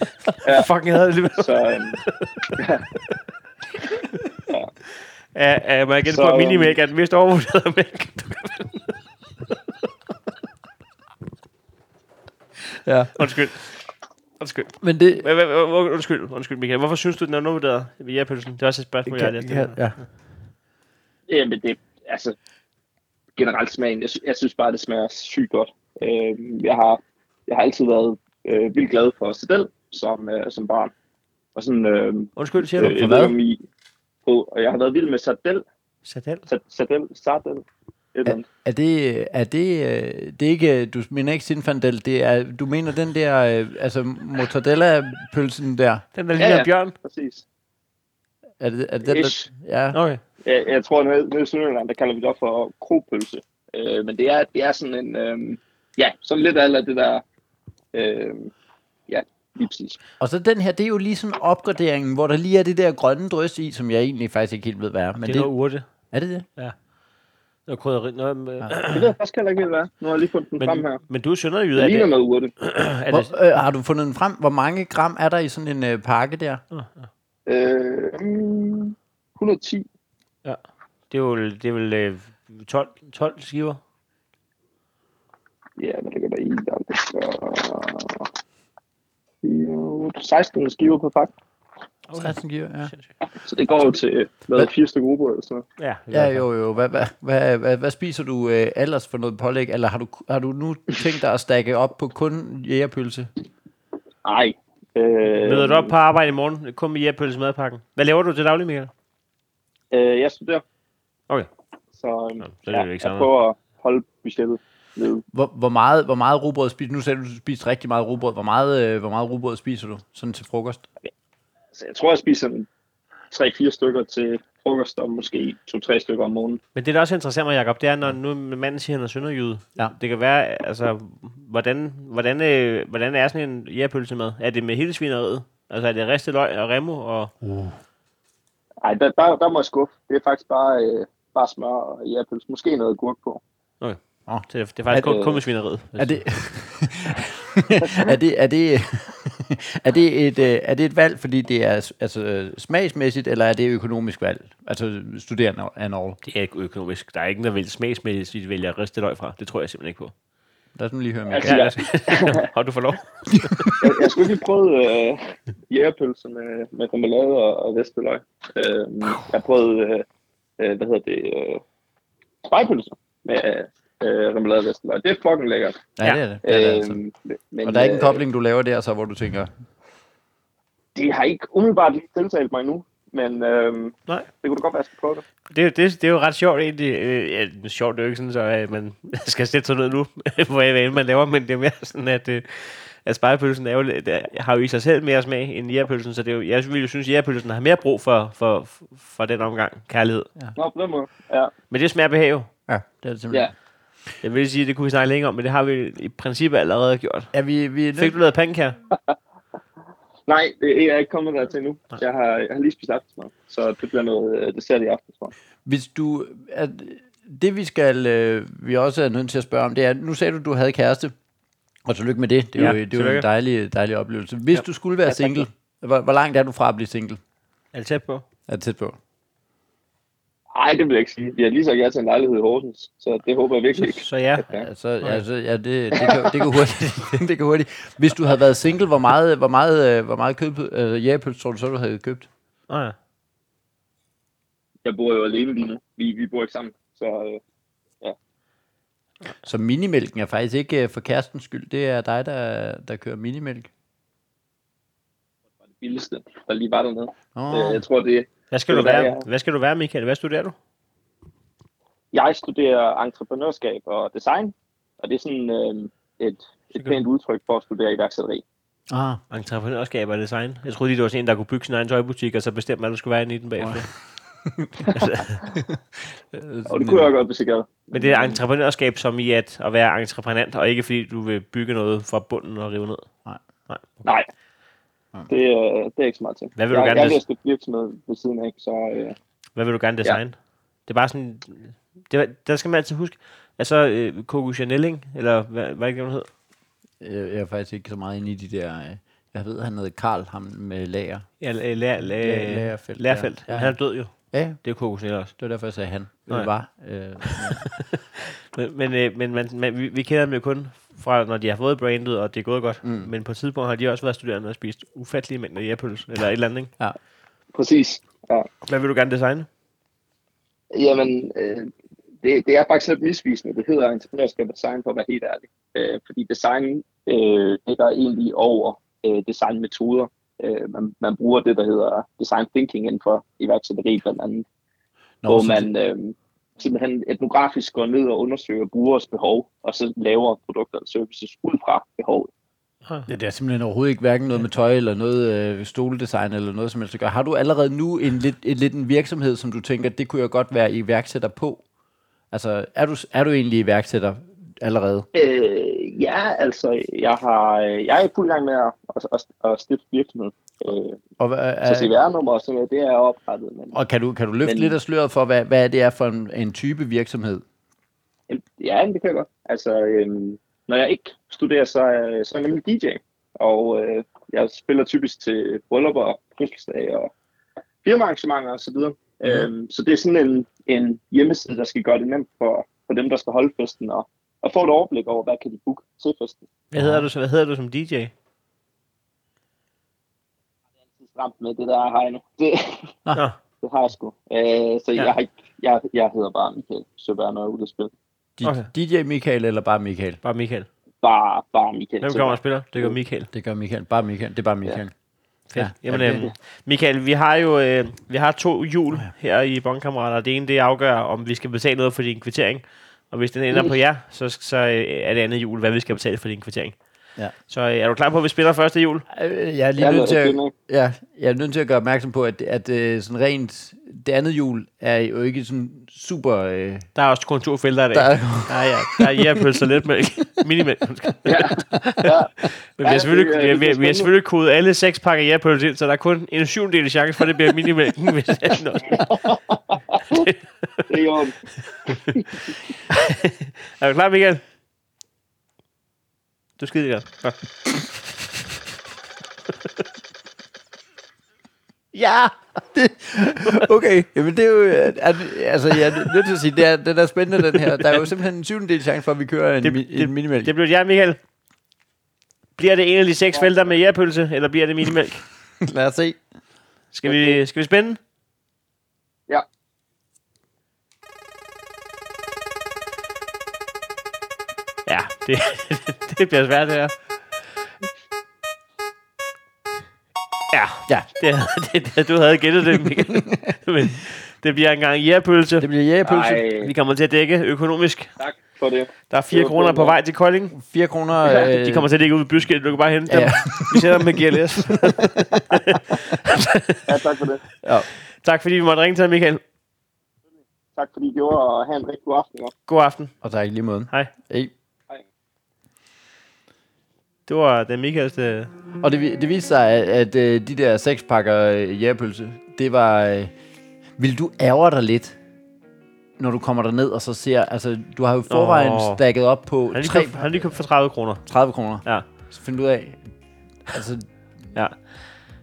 S2: ja. Fucking havde det lige
S3: Så øhm,
S2: Ja, ja, man kan
S3: Så-
S2: på, at minimælk er den mest overvurderede mælk. du kan vælge.
S1: Ja.
S2: Undskyld. Undskyld.
S1: Men det...
S2: Hvad- hvad- hvad- hvor- Undskyld, undskyld, Michael. Hvorfor synes du, den er undervurderet ved jærpølsen? Det er også et spørgsmål, jeg har læst.
S1: ja, ja.
S3: jamen det, altså, generelt smagen, jeg, sy- jeg synes bare, det smager sygt godt. Øh, jeg, har, jeg har altid været øh, vildt glad for sedel som, øh, som barn. Og sådan, øh,
S2: Undskyld, siger
S3: øh,
S2: du?
S3: jeg ved
S1: hvad?
S3: ikke, om I- på- og jeg har været vild med sardel,
S2: Sardel?
S3: sa- sardel, sardel, et eller andet.
S1: Er det, er det, øh, det er ikke, øh, du mener ikke Sinfandel, det er, du mener den der, øh, altså mortadella-pølsen der,
S2: Den der ligner
S3: ja.
S2: bjørn?
S3: Præcis.
S1: er det, er det den, der,
S3: Ish.
S1: ja,
S2: Okay.
S3: Jeg, jeg tror, at nede i Sønderjylland, der kalder vi det op for kropølse. Øh, men det er, det er sådan en, øh, ja, sådan lidt af det der, øh, ja, lige præcis.
S1: og så den her, det er jo lige sådan opgraderingen, hvor der lige er det der grønne drys i, som jeg egentlig faktisk ikke helt ved, hvad er, men
S2: Det er
S1: det,
S2: noget urte.
S1: er det det?
S2: Noget krydderi. Noget, øh, med-
S3: Det ved jeg faktisk heller ikke, helt, hvad er. Nu har jeg lige fundet den frem her.
S2: men, men du er sønderjyde.
S3: Det
S2: Er
S3: ligner
S2: det,
S3: noget urte.
S2: er det,
S1: Hvor, øh, har du fundet den frem? Hvor mange gram er der i sådan en øh, pakke der?
S3: Øh, mm, 110.
S2: det er vel, det er vel øh, 12, 12 skiver?
S3: Ja, hvad ligger der i? Der ligger... 4, 8, 16 skiver på pakke.
S2: Okay.
S1: 16 kilo, ja.
S2: Sindssygt.
S3: Så det går jo til, hvad,
S1: Hvad?
S3: 4 stykker rugbrød eller sådan noget.
S2: Ja, det er
S1: Ja,
S2: godt.
S1: jo, jo. Hvad, hvad, hvad, hvad, hvad spiser du øh, ellers for noget pålæg? Eller har du, har du nu tænkt dig at stakke op på kun jægerpølse?
S3: Nej, Øh,
S2: Møder du op på arbejde i morgen, kun med jæppølse madpakken. Hvad laver du til daglig, Michael?
S3: Øh, jeg studerer.
S2: Okay.
S3: Så, øhm,
S2: Nå, så er det jo ikke så
S3: jeg
S2: meget.
S3: prøver at holde budgettet nede.
S1: Hvor, hvor, meget, hvor meget rugbrød spiser du? Nu sagde du, du spiste rigtig meget rugbrød. Hvor meget, øh, hvor meget rugbrød spiser du sådan til frokost?
S3: Så Altså, jeg tror, jeg spiser sådan 3-4 stykker til frokost, og måske 2-3 stykker om morgenen.
S2: Men det, der også interesserer mig, Jacob, det er, når nu manden siger, at han er sønderjyde.
S1: Ja.
S2: Det kan være, altså, hvordan, hvordan, øh, hvordan er sådan en jæppølse med? Er det med hele svineriet? Altså, er det ristet løg og remo? Og...
S3: Ej, der, der, der må jeg skuffe. Det er faktisk bare, øh, bare smør og jægerpølse. Måske noget gurk på.
S2: Så det, det er faktisk
S1: Er
S2: kun,
S3: det-
S2: kun med svineriet.
S1: Er det, er det, er det, er det, et, øh, er det et valg, fordi det er altså, øh, smagsmæssigt, eller er det økonomisk valg? Altså studerende and all.
S2: Det er ikke økonomisk. Der er ikke noget smagsmæssigt, vælger ristet løg fra. Det tror jeg simpelthen ikke på.
S1: Lad os nu lige høre mere.
S3: Altså, jeg,
S2: Har du for lov?
S3: jeg, jeg skulle lige prøve øh, jægerpølse med, med remoulade og, og vesteløg. Øh, jeg prøvede, øh, øh, hvad hedder det, øh, spejpølse med øh, remoulade og vesteløg. Det er fucking lækkert.
S1: Ja, det er det. Ja, det er det altså.
S3: Øh, men,
S1: Og der er ikke en
S3: øh,
S1: kobling, du laver der, så hvor du tænker,
S3: Det har ikke umiddelbart lige tiltalt mig nu, men øhm,
S2: Nej.
S3: det kunne du godt være, at jeg skulle prøve det.
S2: Det, det, det er jo ret sjovt egentlig. Øh, ja, det er sjovt, det er jo ikke sådan, så, at man skal sætte sig ned nu, hvor jeg hvad end man laver, men det er mere sådan, at, øh, at spejepølsen er jo, lidt- der har jo i sig selv mere smag end jægerpølsen, så det er jo, jeg ville jo synes, at jægerpølsen har mere brug for, for, for den omgang kærlighed.
S3: Nå, på den måde. Ja.
S2: Men det smager behag jo.
S1: ja, det er det simpelthen.
S3: ja.
S1: Ja,
S2: Jeg vil sige, at det kunne vi snakke længe om, men det har vi i princippet allerede gjort.
S1: ja vi, vi er nødt
S2: Fik du lavet pandekager?
S3: Nej, det er jeg ikke kommet der til nu. Jeg har, jeg har lige spist aftensmad, så det bliver noget øh, dessert i aftensmad.
S1: Hvis du... At, det vi skal, øh, vi også er nødt til at spørge om, det er, nu sagde du, du havde kæreste, og tillykke med det. Det er
S2: Ja,
S1: jo, det er jo
S2: tillykke.
S1: en dejlig, dejlig oplevelse. Hvis ja. du skulle være single, hvor, hvor langt er du fra at blive single?
S2: Er det tæt på?
S1: Er det tæt på?
S3: Nej, det vil jeg ikke sige. Vi har lige sagt ja til en lejlighed i Horsens, så det håber jeg virkelig ikke.
S2: Så ja.
S3: Ja.
S1: Altså, altså, ja, det, det, kan, det, kan hurtigt, det kan hurtigt. Hvis du havde været single, hvor meget, hvor meget, øh, hvor meget køb, øh, jægerpølse tror du så, du havde købt?
S2: Nå ja.
S3: Jeg bor jo alene lige nu. Vi, vi bor ikke sammen, så øh,
S1: Så minimælken er faktisk ikke øh, for kærestens skyld. Det er dig, der, der kører minimælk.
S3: det vildeste, der lige var dernede.
S1: Oh.
S3: Øh, jeg tror, det er...
S2: Hvad skal,
S3: Det
S2: du
S3: er der,
S2: være?
S3: jeg er.
S2: Hvad skal du være, Michael? Hvad studerer du?
S3: Jeg studerer entreprenørskab og design, og det er sådan øh, et, et pænt udtryk for at studere iværksætteri.
S1: Ah,
S2: Entreprenørskab og design. Jeg troede lige, du var sådan en, der kunne bygge sin egen tøjbutik, og så bestemme, hvad du skulle være inde i den bagefter.
S3: Og
S1: Mm.
S3: det kunne jeg godt, hvis jeg gad.
S2: Men det er entreprenørskab som i at, at være entreprenant, og ikke fordi du vil bygge noget fra bunden og rive ned.
S1: Nej.
S2: Nej.
S3: Nej. Det, øh, det er ikke så meget til.
S2: Hvad vil du
S3: jeg,
S2: gerne
S3: jeg
S2: des-
S3: vil støtte virksomhed ved siden af, så øh,
S2: Hvad vil du gerne designe? Det er bare sådan... Det, var- der skal man altid huske. Altså, øh, Coco Chanelling, eller hvad, hvad er det, hun hed?
S1: Øh, Jeg, jeg er faktisk ikke så meget inde i de der... øh, Jeg ved, han hedder Karl, ham med lager.
S2: Ja, la, la, la,
S1: Lagerfeld,
S2: Lagerfeld.
S1: ja.
S2: Ja. Han er død jo.
S1: Ja,
S2: Det er Coco Chanel også.
S1: det var derfor, jeg sagde han.
S2: Nå ja.
S1: Det var. Øh,
S2: Men, men, øh, men man, man, vi, vi kender dem jo kun fra, når de har fået brandet, og det er gået godt. Mm. Men på et tidspunkt har de også været studerende og spist ufattelige mængder jægerpølse, eller et eller andet. Ikke?
S3: præcis. Ja.
S2: Hvad vil du gerne designe?
S3: Jamen, øh, det, det er faktisk lidt misvisende. Det hedder entreprenørskab og design, for at være helt ærlig. Øh, fordi design øh, ligger egentlig over øh, designmetoder. Øh, man, man bruger det, der hedder design thinking inden for iværksætteri blandt andet. Nå, hvor
S1: så det-
S3: man øh, simpelthen etnografisk går ned og undersøger brugers behov, og så laver produkter og services ud fra behovet.
S2: Ah.
S1: Ja, det er simpelthen overhovedet ikke hverken noget med tøj eller noget øh, stoledesign eller noget som helst. at gøre. Har du allerede nu en lidt, en, lidt en virksomhed, som du tænker, det kunne jeg godt være iværksætter på? Altså, er du, er du egentlig iværksætter allerede?
S3: Øh, ja, altså, jeg, har, jeg er i fuld gang med at, at, at, at stifte virksomhed. Øh,
S1: Og, hvad
S3: så
S1: er,
S3: CVR-nummer og sådan noget, det er oprettet. Men
S1: og kan, du, kan du løfte
S3: Men-
S1: lidt af sløret for, hvad, hvad det er for en, en type virksomhed?
S3: Jamen, Ja, men det kan jeg godt. Altså, øhm, når jeg ikke studerer, så, er- så er jeg nemlig DJ. Og øh, jeg spiller typisk til bryllupper, og fødselsdage og firmaarrangementer osv. Så, mm. øhm, så det er sådan en, en hjemmeside, der skal gøre det nemt for, for dem, der skal holde festen, og, og få et overblik over, hvad kan de booke til festen.
S2: Hvad hedder, du, så- hvad hedder du som DJ?
S3: Det er stramt med det der hej nu. Det,
S2: Nå.
S3: det har jeg sgu. Øh, så
S2: Ja.
S3: ja. jeg, har ikke, jeg, jeg hedder bare Michael Søberg, når jeg er ude at spille.
S1: Di-
S2: Okay.
S1: DJ Michael eller bare Michael?
S2: Bare Michael.
S3: bare, bare Michael.
S2: Hvem
S3: til
S2: kommer og
S3: mig.
S2: spiller? Det gør Michael.
S1: Det gør Michael. Bare Michael. Det er bare Michael.
S2: Fedt.
S1: Ja,
S2: Ja, Jamen,
S1: ja,
S2: øhm, Michael, vi har jo øh, vi har to hjul her i Bondkammerater. Det ene, det afgør, om vi skal betale noget for din kvittering. Og hvis den ender
S3: Mm.
S2: på jer, så, så øh, er det andet hjul, hvad vi skal betale for din kvittering.
S1: Ja.
S2: Så øh, er du klar på, at vi spiller første hjul?
S1: Øh, Jeg er lige
S3: Jeg er
S1: nødt til
S3: nødt
S1: at,
S3: til at-
S1: ja, jeg er nødt til at gøre opmærksom på, at, at øh, sådan rent det andet hjul er jo ikke sådan super... Øh,
S2: Der er også kun to felter i dag.
S1: der
S2: Der,
S1: er,
S2: ja, ja. der er jægerpølse og letmælk. Minimælk.
S3: Ja, ja.
S2: Men vi har
S3: Ja,
S2: selvfølgelig,
S3: det er-
S2: vi, har- vi, har- vi
S3: det er
S2: har
S3: spændende.
S2: selvfølgelig kodet alle seks pakker jægerpølse ind, så der er kun en syvendel chance for, at det bliver minimælken. Hvis det er noget.
S3: Det er jo...
S2: er du klar, Michael? Du er skide altså. godt. Ja.
S1: ja! Det, okay, jamen det er jo... At, at, altså, jeg er nødt til at sige, det er, den er spændende, den her. Der er jo simpelthen en syvendedel chance for, at vi kører en,
S2: Det-
S1: det,
S2: det-
S1: en minimælk.
S2: Det blev jeg, Michael. Bliver det en af de seks felter med jærpølse, eller bliver det minimælk?
S1: Lad os se.
S2: Skal vi, skal vi spænde?
S3: Ja.
S2: Ja, det, det bliver svært, det her. Ja,
S1: Ja,
S2: det, det, det, du havde gættet det, Michael. Men det bliver engang jærpølse.
S1: det bliver jægerpølse.
S3: Ej,
S2: Vi kommer til at dække økonomisk.
S3: tak for det.
S2: Der er 4
S3: Det var
S2: kroner
S3: dumt,
S2: på
S3: ja.
S2: vej til Kolding.
S1: 4 kroner...
S2: Ja, de kommer til at ligge ude i byskilt. Du kan bare hente dem.
S1: Øh. Ja.
S2: Vi sender dem med GLS.
S3: Ja, tak for det.
S2: tak fordi vi måtte ringe til dig, Michael.
S3: Tak fordi I gjorde, og have en rigtig god aften. også.
S2: God aften.
S1: Og tak i lige måde.
S2: Hej.
S1: Hey.
S2: Det var den Michaels... Øh...
S1: Og det, vi- det viste sig, at, at øh, de der seks pakker øh, jægerpølse, det var... Øh, vil du ærger dig lidt, når du kommer derned og så ser... Altså, du har jo i forvejen
S2: Åh.
S1: oh. stakket op på
S2: Han har lige
S1: tre-
S2: købt- han har lige købt for 30 kroner.
S1: 30 kroner.
S2: Ja.
S1: Så finder du ud af... Altså, det
S2: ja.
S1: er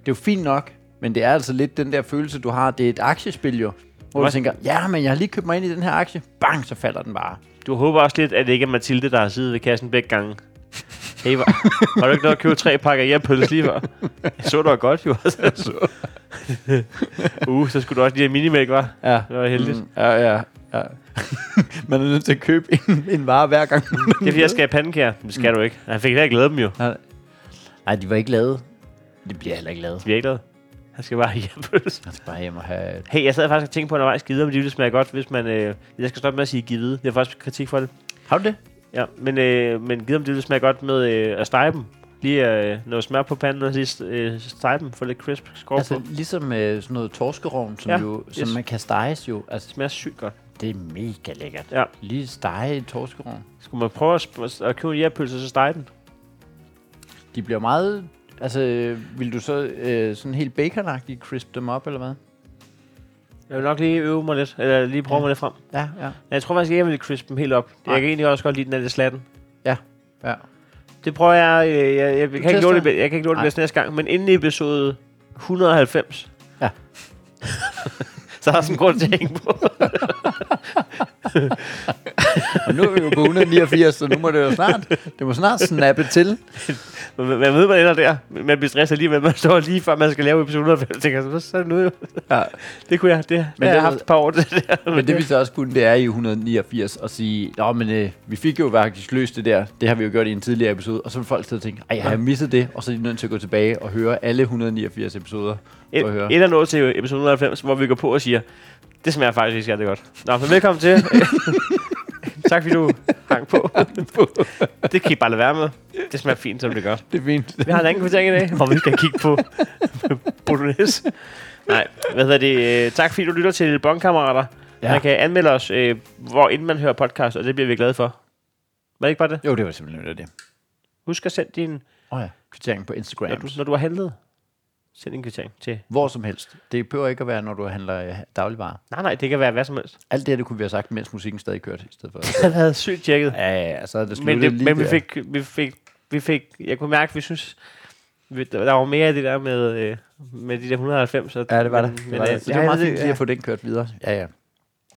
S1: jo fint nok, men det er altså lidt den der følelse, du har. Det er et aktiespil jo. Hvor du
S2: Hvad?
S1: tænker, ja, men jeg har lige købt mig ind i den her aktie. Bang, så falder den bare.
S2: Du håber også lidt, at det ikke er Mathilde, der har siddet ved kassen begge gange. Hey, var, var du ikke noget at købe tre pakker jægerpølse lige før? Jeg så dig godt, jo. Altså. uh, så skulle du også lige have minimælk, var?
S1: Ja.
S2: Det var heldigt. Mm.
S1: Ja, ja, ja. man er nødt til at købe en, en vare hver gang.
S2: Det er fordi, jeg skal have pandekager. Men Det skal du ikke. Han fik heller ikke lavet dem, jo.
S1: Nej, de var ikke lavet. De bliver heller ikke lavet.
S2: De bliver ikke lavet. Han skal bare have jægerpølse.
S1: Jeg skal bare hjem og have...
S2: Hey, jeg sad faktisk og tænkte på undervejs, gider om de ville smage godt, hvis man... Øh, jeg skal stoppe med at sige givet. Jeg får faktisk kritik for det.
S1: Har du det?
S2: Ja, men, øh, men gider om det ville smage godt med øh, at stege dem. Lige øh, noget smør på panden, og lige øh, stege dem, få lidt crisp skår altså,
S1: Altså,
S2: på. Det
S1: ligesom øh, sådan noget torskerovn, som,
S2: Ja,
S1: ja, jo, som
S2: yes.
S1: man kan steges jo. Altså,
S2: smager sygt godt.
S1: det er mega lækkert.
S2: Ja.
S1: Lige stege et torskerovn.
S2: Skulle man prøve at, sp- at købe en jægerpølse, og så stege den?
S1: De bliver meget... Altså, øh, vil du så øh, sådan helt baconagtigt crisp dem op, eller hvad?
S2: Jeg vil nok lige øve mig lidt, eller lige prøve
S1: Ja.
S2: ja. mig lidt frem.
S1: Ja, ja.
S2: Ja, Jeg tror faktisk ikke, jeg vil crisp dem helt op.
S1: Nej.
S2: Jeg kan egentlig også godt lide den er lidt slatten.
S1: ja.
S2: Det prøver jeg. øh, Jeg, jeg, jeg, kan, ikke
S1: tester?
S2: nå det, be- jeg kan ikke nå det
S1: Nej.
S2: bedst næste gang, men inden i episode 190,
S1: Ja.
S2: så har jeg sådan en grund til at hænge på.
S1: Og nu er vi jo på 189, så nu må det jo snart... Det må snart snappe til.
S2: Men Man, man ved, man ender der. men Man bliver stresset alligevel. Man står lige før, man skal lave episode 190. Tænker, jeg, så, så er det nu jo.
S1: Ja.
S2: Det kunne jeg. Det, men det
S1: det
S2: har jeg
S1: ved-
S2: haft et par år til det der.
S1: Men det vi så også kunne, det er i 189 at sige, Nå, men øh, vi fik jo faktisk løst det der. Det har vi jo gjort i en tidligere episode. Og så vil folk sidde og tænke, ej, har jeg misset det? Og så er de nødt til at gå tilbage og høre alle 189 episoder. for at høre.
S2: Et, et er nået til episode 190, hvor vi går på og siger, det smager faktisk ikke særlig godt. Nå, men velkommen til. tak fordi du hang på. det kan I bare lade være med. Det smager fint, som det gør.
S1: Det er fint.
S2: Vi har en anden kvartering i dag, hvor vi skal kigge på Bolognese. Nej, hvad hedder det? Øh, Tak fordi du lytter til Bondkammerater. Ja.
S1: Ja.
S2: Man kan anmelde os, øh, hvor inden man hører podcast, og det bliver vi glade for. Var det ikke bare det?
S1: Jo, det var simpelthen det.
S2: Husk at sende din,
S1: Åh oh, ja, kvittering på
S2: når du,
S1: Instagram.
S2: når du har handlet, send en kvittering til.
S1: Hvor som helst. Det behøver ikke at være, når du handler øh, dagligvarer.
S2: Nej, nej, det kan være hvad som helst.
S1: Alt det her, det kunne vi have sagt, mens musikken stadig kørte, i stedet for.
S2: Han havde sygt tjekket.
S1: Ja, ja, ja, så er det
S2: men
S1: sluttet
S2: det,
S1: lige
S2: men vi,
S1: der.
S2: fik, vi, fik, vi fik, jeg kunne mærke, at vi synes, vi, der der var mere af det der med, øh, med de der 190. og-
S1: Ja, det var
S2: men-
S1: det. det,
S2: men,
S1: var
S2: øh,
S1: det. Så det var meget
S2: jeg-
S1: fint lige at få den kørt videre. Ja, ja.